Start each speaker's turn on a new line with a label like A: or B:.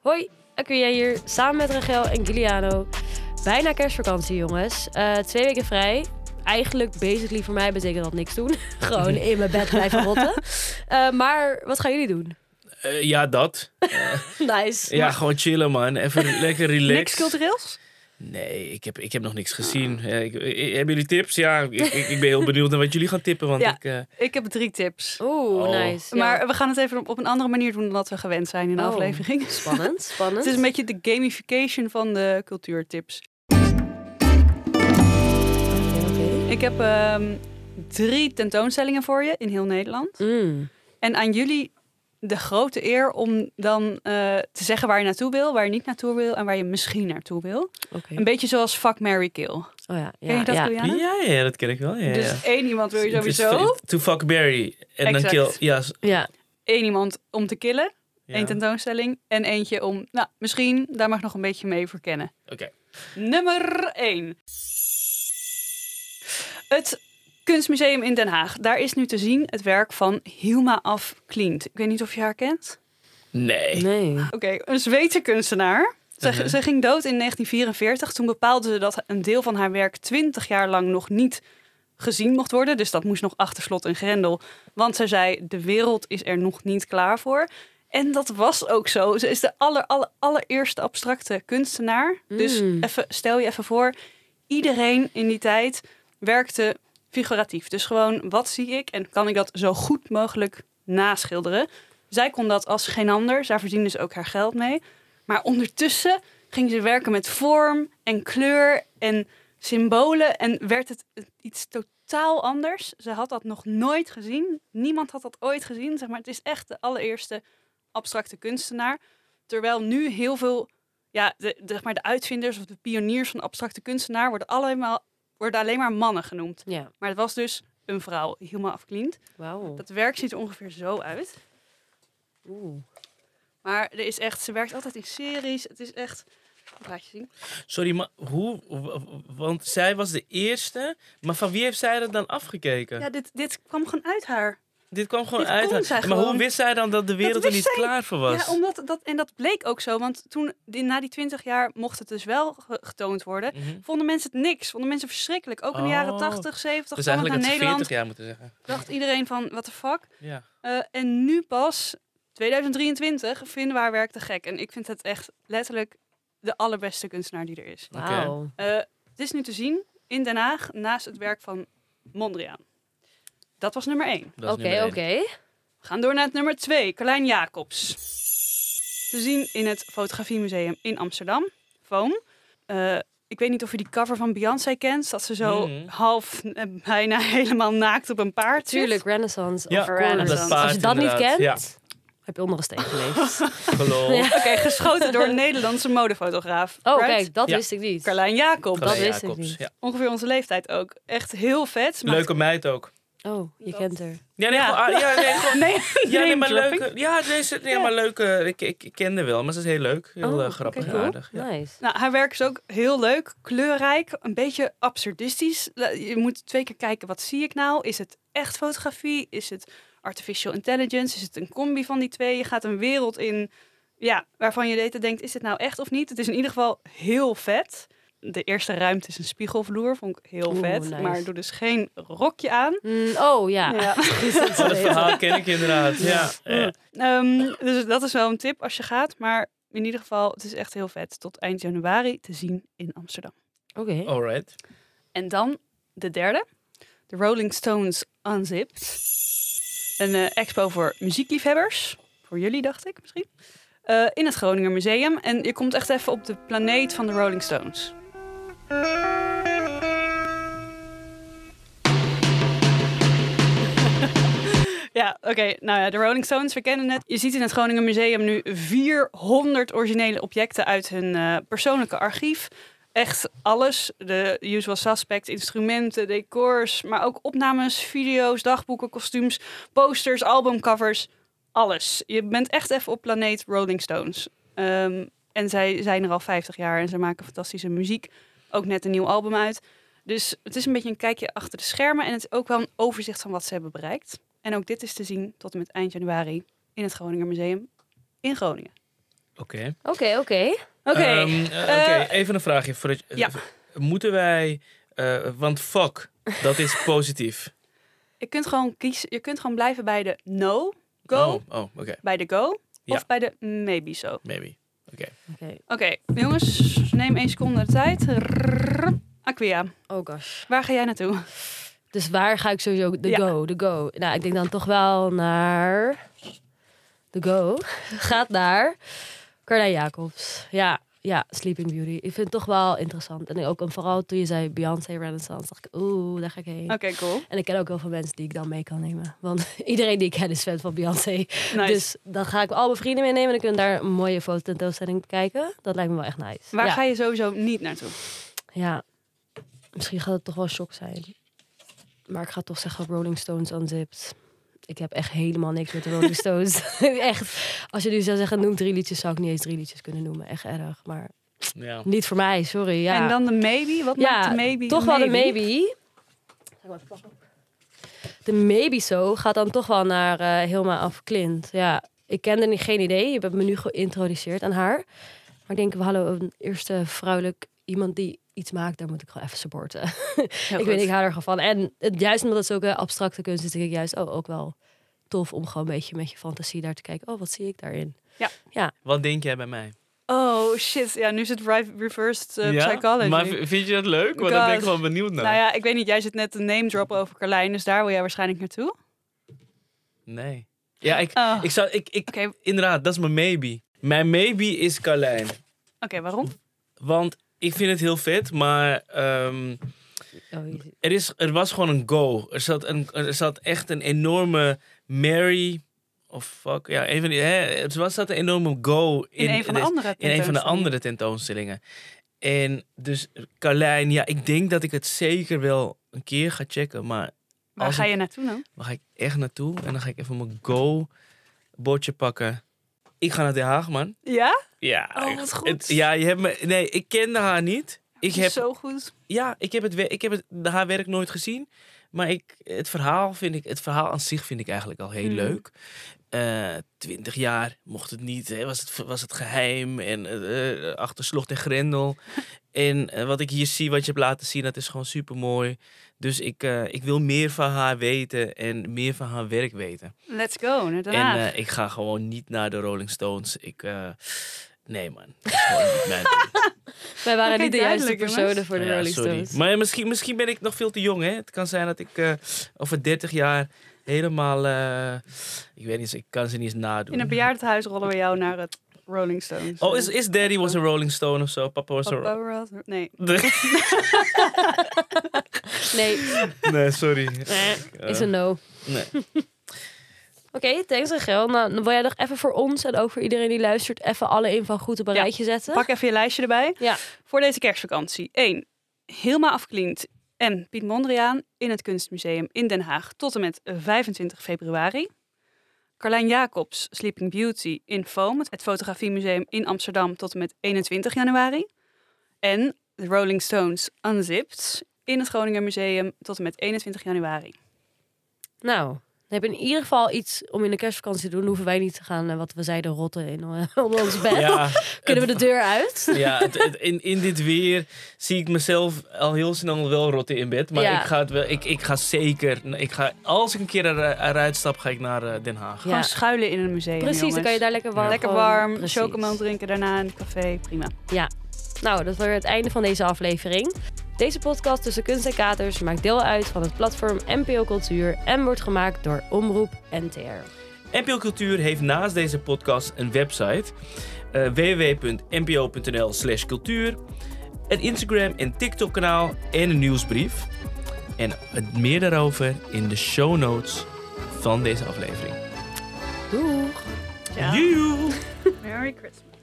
A: Hoi, Acquia hier, samen met Rachel en Giuliano. Bijna kerstvakantie, jongens. Eh, twee weken vrij. Eigenlijk, basically, voor mij betekent dat niks doen. Gewoon in mijn bed blijven rotten. Eh, maar wat gaan jullie doen?
B: Eh, ja, dat.
A: Nice.
B: Ja, gewoon chillen, man. Even lekker relaxed.
C: Niks cultureels?
B: Nee, ik heb, ik heb nog niks
C: Ah.
B: gezien. Eh, ik, ik- hebben jullie tips? Ja, ik, ik, ik ben heel benieuwd naar wat jullie gaan tippen. Want
C: Ja.
B: ik, eh,
C: Ik heb drie tips.
A: Oeh,
B: Oh.
A: nice. Ja.
C: Maar we gaan het even op- op een andere manier doen dan dat we gewend zijn in de
A: Oh.
C: aflevering.
A: spannend, spannend.
C: Het is een beetje de gamification van de cultuurtips.
A: Oké, oké.
C: Ik heb ehm, drie tentoonstellingen voor je in heel Nederland.
A: Mm.
C: En aan jullie de grote eer om dan eh, te zeggen waar je naartoe wil, waar je niet naartoe wil en waar je misschien naartoe wil.
A: Oké.
C: Een beetje zoals Fuck, Mary Kill.
A: Oh ja, ja,
C: Ken je dat,
A: ja.
C: Juliana?
B: ja, ja, dat ken ik wel. Ja, ja.
C: Dus één iemand wil je
B: Het is
C: sowieso.
B: fit- To fuck Barry. En dan
C: Exact.
B: kill. Ja, s-
A: Ja,
C: Eén iemand om te killen,
B: ja.
C: één tentoonstelling. En eentje om, nou, misschien, daar mag nog een beetje mee verkennen.
B: Oké.
C: Nummer 1. Het Kunstmuseum in Den Haag. Daar is nu te zien het werk van Hilma af Klint. Ik weet niet of je haar kent.
B: Nee.
A: nee.
C: Oké, een Zweedse kunstenaar. Ze,
B: Mhm.
C: ze ging dood in 1944. Toen bepaalde ze dat een deel van haar werk 20 jaar lang nog niet gezien mocht worden. Dus dat moest nog achter slot en grendel. Want zij zei, de wereld is er nog niet klaar voor. En dat was ook zo. Ze is de aller, aller, allereerste abstracte kunstenaar. Dus
A: Mm.
C: even, stel je even voor, iedereen in die tijd werkte figuratief. Dus gewoon, wat zie ik en kan ik dat zo goed mogelijk naschilderen? Zij kon dat als geen ander. Zij verdiende ze ook haar geld mee. Maar ondertussen ging ze werken met vorm en kleur en symbolen. En werd het iets totaal anders. Ze had dat nog nooit gezien. Niemand had dat ooit gezien. Zeg maar, het is echt de allereerste abstracte kunstenaar. Terwijl nu heel veel, ja, de, de- zeg maar de uitvinders of de pioniers van abstracte kunstenaar worden, allemaal, worden alleen maar mannen genoemd.
A: Ja,
C: Maar het was dus een vrouw, helemaal afkliend.
A: wauw.
C: Dat werk ziet er ongeveer zo uit.
A: Oeh.
C: Maar er is echt, ze werkt altijd in series. Het is echt. Ik laat je zien.
B: Sorry, maar hoe? w- w- Want zij was de eerste. Maar van wie heeft zij dat dan afgekeken?
C: Ja, dit, dit kwam gewoon uit haar.
B: Dit kwam gewoon
C: dit
B: uit.
C: kon
B: haar.
C: zij
B: maar hoe
C: gewoon.
B: wist zij dan dat de wereld er
C: wist
B: niet
C: zij.
B: klaar voor was?
C: Ja, omdat dat, en dat bleek ook zo. Want toen, die- na die 20 jaar, mocht het dus wel ge- getoond worden.
B: Mhm.
C: Vonden mensen het niks? Vonden mensen verschrikkelijk? Ook in de jaren
B: Oh.
C: 80, 70,
B: Dus
C: kwam het
B: eigenlijk
C: naar
B: had ze
C: Nederland.
B: 40 jaar moeten zeggen.
C: Dacht iedereen van, what the fuck?
B: Ja.
C: Eh, en nu pas, 2023, vinden we haar werk te gek. En ik vind het echt letterlijk de allerbeste kunstenaar die er is.
B: Oké.
A: Wauw.
C: Eh, het is nu te zien in Den Haag naast het werk van Mondriaan. Dat was nummer 1.
B: dat is nummer
A: Oké,
B: één.
A: oké.
C: We gaan door naar het nummer 2, Carlijn Jacobs. Te zien in het Fotografiemuseum in Amsterdam, Foam. Eh, ik weet niet of je die cover van Beyoncé kent, dat ze zo
B: Mhm.
C: half eh, bijna helemaal naakt op een paard zit.
A: Tuurlijk, Renaissance.
B: Ja,
A: of course.
C: Renaissance.
A: Als je dat niet
B: Inderdaad,
A: kent,
B: ja.
A: heb je onder een steen geleefd.
B: Geloof.
A: Ja.
C: Oké, geschoten door een Nederlandse modefotograaf.
A: Oh,
C: Right?
A: kijk, dat
B: Ja.
A: wist ik niet.
C: Carlijn Jacobs.
A: Dat
B: Carlijn
A: wist ik
B: Jacobs,
A: niet.
B: ja.
C: Ongeveer onze leeftijd ook. Echt heel vet. maar-
B: Leuke meid ook.
A: Oh, je
C: Dat-
A: kent haar.
B: Ja, nee,
C: Ja.
B: gewoon- ah, ja, nee, gewoon-
C: Nee,
B: Ja, nee,
C: name
B: maar
C: dropping.
B: leuke. Ja, nee, ze- nee, maar leuke. Ik, ik, ik kende wel, maar ze is heel leuk. Heel
A: Oh,
B: eh,
A: oké,
B: grappig en
A: cool.
B: aardig. Ja.
A: Nice.
C: Nou, haar werk is ook heel leuk, kleurrijk, een beetje absurdistisch. La- Je moet twee keer kijken, wat zie ik nou? Is het echt fotografie? Is het artificial intelligence? Is het een combi van die twee? Je gaat een wereld in ja, waarvan je later denkt, is dit nou echt of niet? Het is in ieder geval heel vet. De eerste ruimte is een spiegelvloer, vond ik heel
A: Oeh,
C: vet.
A: nice.
C: Maar doe dus geen rokje aan.
A: Mm, oh, ja.
B: Oh, dat verhaal ken ik inderdaad. Ja. Ja.
C: Ehm, dus dat is wel een tip als je gaat. Maar in ieder geval, het is echt heel vet. Tot eind januari te zien in Amsterdam.
A: Oké.
B: Alright.
C: En dan de derde. De Rolling Stones Unzipped. Een eh, expo voor muziekliefhebbers. Voor jullie, dacht ik misschien. Eh, in het Groninger Museum. En je komt echt even op de planeet van de Rolling Stones. Ja, oké. Nou ja, de Rolling Stones, we kennen het. Je ziet in het Groningen Museum nu 400 originele objecten uit hun eh, persoonlijke archief. Echt alles. De usual suspect, instrumenten, decors, maar ook opnames, video's, dagboeken, kostuums, posters, albumcovers. Alles. Je bent echt even op planeet Rolling Stones. Ehm, en zij zijn er al 50 jaar en ze maken fantastische muziek. Ook net een nieuw album uit. Dus het is een beetje een kijkje achter de schermen. En het is ook wel een overzicht van wat ze hebben bereikt. En ook dit is te zien tot en met eind januari in het Groninger Museum in Groningen.
B: Oké.
A: Oké, oké.
C: Oké.
B: Ehm, eh, Oké, even een vraagje. Voordat je-
C: ja.
B: Moeten wij... eh, want fuck, dat is positief.
C: Je kunt gewoon kiezen. Je kunt gewoon blijven bij de no, go,
B: Oh, oh oké.
C: bij de go
B: Ja.
C: of bij de maybe so. Oké,
B: Maybe.
A: Oké.
C: jongens, neem één seconde de tijd. Rrrr. Aquia,
A: Oh gosh.
C: waar ga jij naartoe?
A: Dus waar ga ik sowieso? De
C: Ja.
A: go, de go. Nou, ik denk dan toch wel naar... De go. Gaat naar... Carlijn Jacobs. Ja, ja, Sleeping Beauty. Ik vind het toch wel interessant. En ook en vooral toen je zei Beyoncé Renaissance, dacht ik, oeh, daar ga ik heen.
C: Oké, cool.
A: En ik ken ook heel veel mensen die ik dan mee kan nemen. Want iedereen die ik ken is fan van Beyoncé.
C: Nice.
A: Dus dan ga ik al mijn vrienden meenemen en dan kunnen we daar een mooie fototentoonstelling bekijken. Dat lijkt me wel echt nice.
C: waar
A: ja.
C: ga je sowieso niet naartoe?
A: Ja. Misschien gaat het toch wel shock zijn. Maar ik ga toch zeggen Rolling Stones Unzipped. Ik heb echt helemaal niks met de Rolling Stones. echt. Als je nu zou zeggen, noem drie liedjes, zou ik niet eens drie liedjes kunnen noemen. Echt erg. Maar
B: Ja.
A: niet voor mij, sorry. Ja.
C: En dan de maybe? Wat
A: Ja,
C: maakt de maybe?
A: toch wel de maybe. De maybe zo gaat dan toch wel naar eh Hilma af Klint. Ja, ik kende niet- geen idee. Je hebt me nu geïntroduceerd aan haar. Maar ik denk, hallo, een eerste vrouwelijk iemand die iets maakt, daar moet ik gewoon even supporten.
C: Heel
A: ik
C: goed.
A: weet, ik hou er gewoon van. En het, juist omdat het zulke abstracte kunst is, denk ik juist oh, ook wel tof om gewoon een beetje met je fantasie daar te kijken. Oh, wat zie ik daarin?
B: Wat denk jij bij mij?
C: Oh shit, ja, nu is het ri- reversed eh,
B: Ja?
C: psychology.
B: Maar v- vind je dat leuk? Want daar ben ik
C: God.
B: gewoon benieuwd naar.
C: Nou ja, ik weet niet, jij zit net een name drop over Carlijn, dus daar wil jij waarschijnlijk naartoe.
B: Nee. Ja, ik,
C: Oh.
B: ik zou... Ik, ik,
C: Oké, oké,
B: inderdaad, dat is mijn maybe. Mijn maybe is Carlijn.
C: waarom?
B: Want ik vind het heel vet, maar ehm,
A: Oh, je-
B: er, is, er was gewoon een go. Er zat, een, er zat echt een enorme Mary... Of fuck, ja, een van die, hè, er was, zat een enorme go in,
C: In, een van de
B: dit-
C: andere
B: in een van de
C: tentoonstellingen.
B: andere tentoonstellingen. En dus Carlijn, ja, ik denk dat ik het zeker wel een keer ga checken. Maar
C: Waar
B: als
C: ga
B: ik-
C: je naartoe dan?
B: dan ga ik echt naartoe en dan ga ik even mijn go-bordje pakken. Ik ga naar Den Haag, man.
C: Ja?
B: Ja,
C: Oh,
B: ik-
C: wat goed.
B: het- ja, je hebt me. Nee, ik kende haar niet. Ik
C: Dat is
B: heb,
C: Zo goed.
B: ja, ik heb, het, we- ik heb het, haar werk nooit gezien. Maar ik, het, verhaal vind ik, het verhaal aan zich vind ik eigenlijk al heel
C: Mm.
B: leuk. Eh, Twintig jaar mocht het niet, hè, was, het, was het geheim en eh, eh, achter slot en grendel. en eh, wat ik hier zie, wat je hebt laten zien, dat is gewoon super mooi. Dus ik, eh, ik wil meer van haar weten en meer van haar werk weten.
C: Let's go, naar Den
B: En
C: Haag.
B: eh, ik ga gewoon niet naar de Rolling Stones. Ik, eh, nee man, dat is gewoon niet mijn ding.
A: Wij waren
C: Oké,
A: niet de juiste
C: duidelijk, jongens.
A: personen voor de
B: Ja,
A: Rolling
B: sorry.
A: Stones.
B: Maar misschien, misschien ben ik nog veel te jong, hè? Het kan zijn dat ik eh, over 30 jaar helemaal... eh, ik weet niet, ik kan ze niet eens nadoen.
C: In een bejaardenhuis rollen we jou naar het Rolling Stones.
B: Oh, is, is Daddy was a Rolling Stone of zo? Papa was
C: Papa
B: a...
C: Ross- Nee.
A: Nee,
B: nee, sorry. Eh,
A: is een no.
B: Nee.
A: Oké, thanks Rachel. Nou, dan wil jij nog even voor ons en ook voor iedereen die luistert... even alle info goed op een
C: Ja,
A: rijtje zetten?
C: Pak even je lijstje erbij.
A: Ja.
C: Voor deze kerstvakantie. 1. Hilma Afklint en Piet Mondriaan in het Kunstmuseum in Den Haag tot en met 25 februari. Carlijn Jacobs, Sleeping Beauty in Foam, het Fotografiemuseum in Amsterdam tot en met 21 januari. En de Rolling Stones Unzipped in het Groninger Museum tot en met 21 januari.
A: Nou, dan heb je in ieder geval iets om in de kerstvakantie te doen. Dan hoeven wij niet te gaan, eh, wat we zeiden, rotten in eh, onder ons bed.
B: Ja,
A: Kunnen we de deur uit?
B: ja het- het- in, in dit weer zie ik mezelf al heel snel wel rotten in bed. Maar
A: Ja.
B: ik, ga het wel, ik, ik ga zeker... Ik ga, als ik een keer er, eruit stap, ga ik naar eh, Den Haag.
A: Ja.
C: Gewoon schuilen in een museum.
A: Precies, dan kan je
C: jongens.
A: daar lekker warm.
C: Lekker
A: gewoon-
C: warm,
A: precies.
C: chocomel drinken daarna in het café, prima.
A: Nou, dat was weer het einde van deze aflevering. Deze podcast tussen kunst en katers maakt deel uit van het platform NPO Cultuur... en wordt gemaakt door Omroep NTR.
B: NPO Cultuur heeft naast deze podcast een website. eh, www.npo.nl slash cultuur. Een Instagram en TikTok kanaal en een nieuwsbrief. En het meer daarover in de show notes van deze aflevering.
A: Doeg!
C: Ciao.
B: Joejoe!
C: Merry Christmas.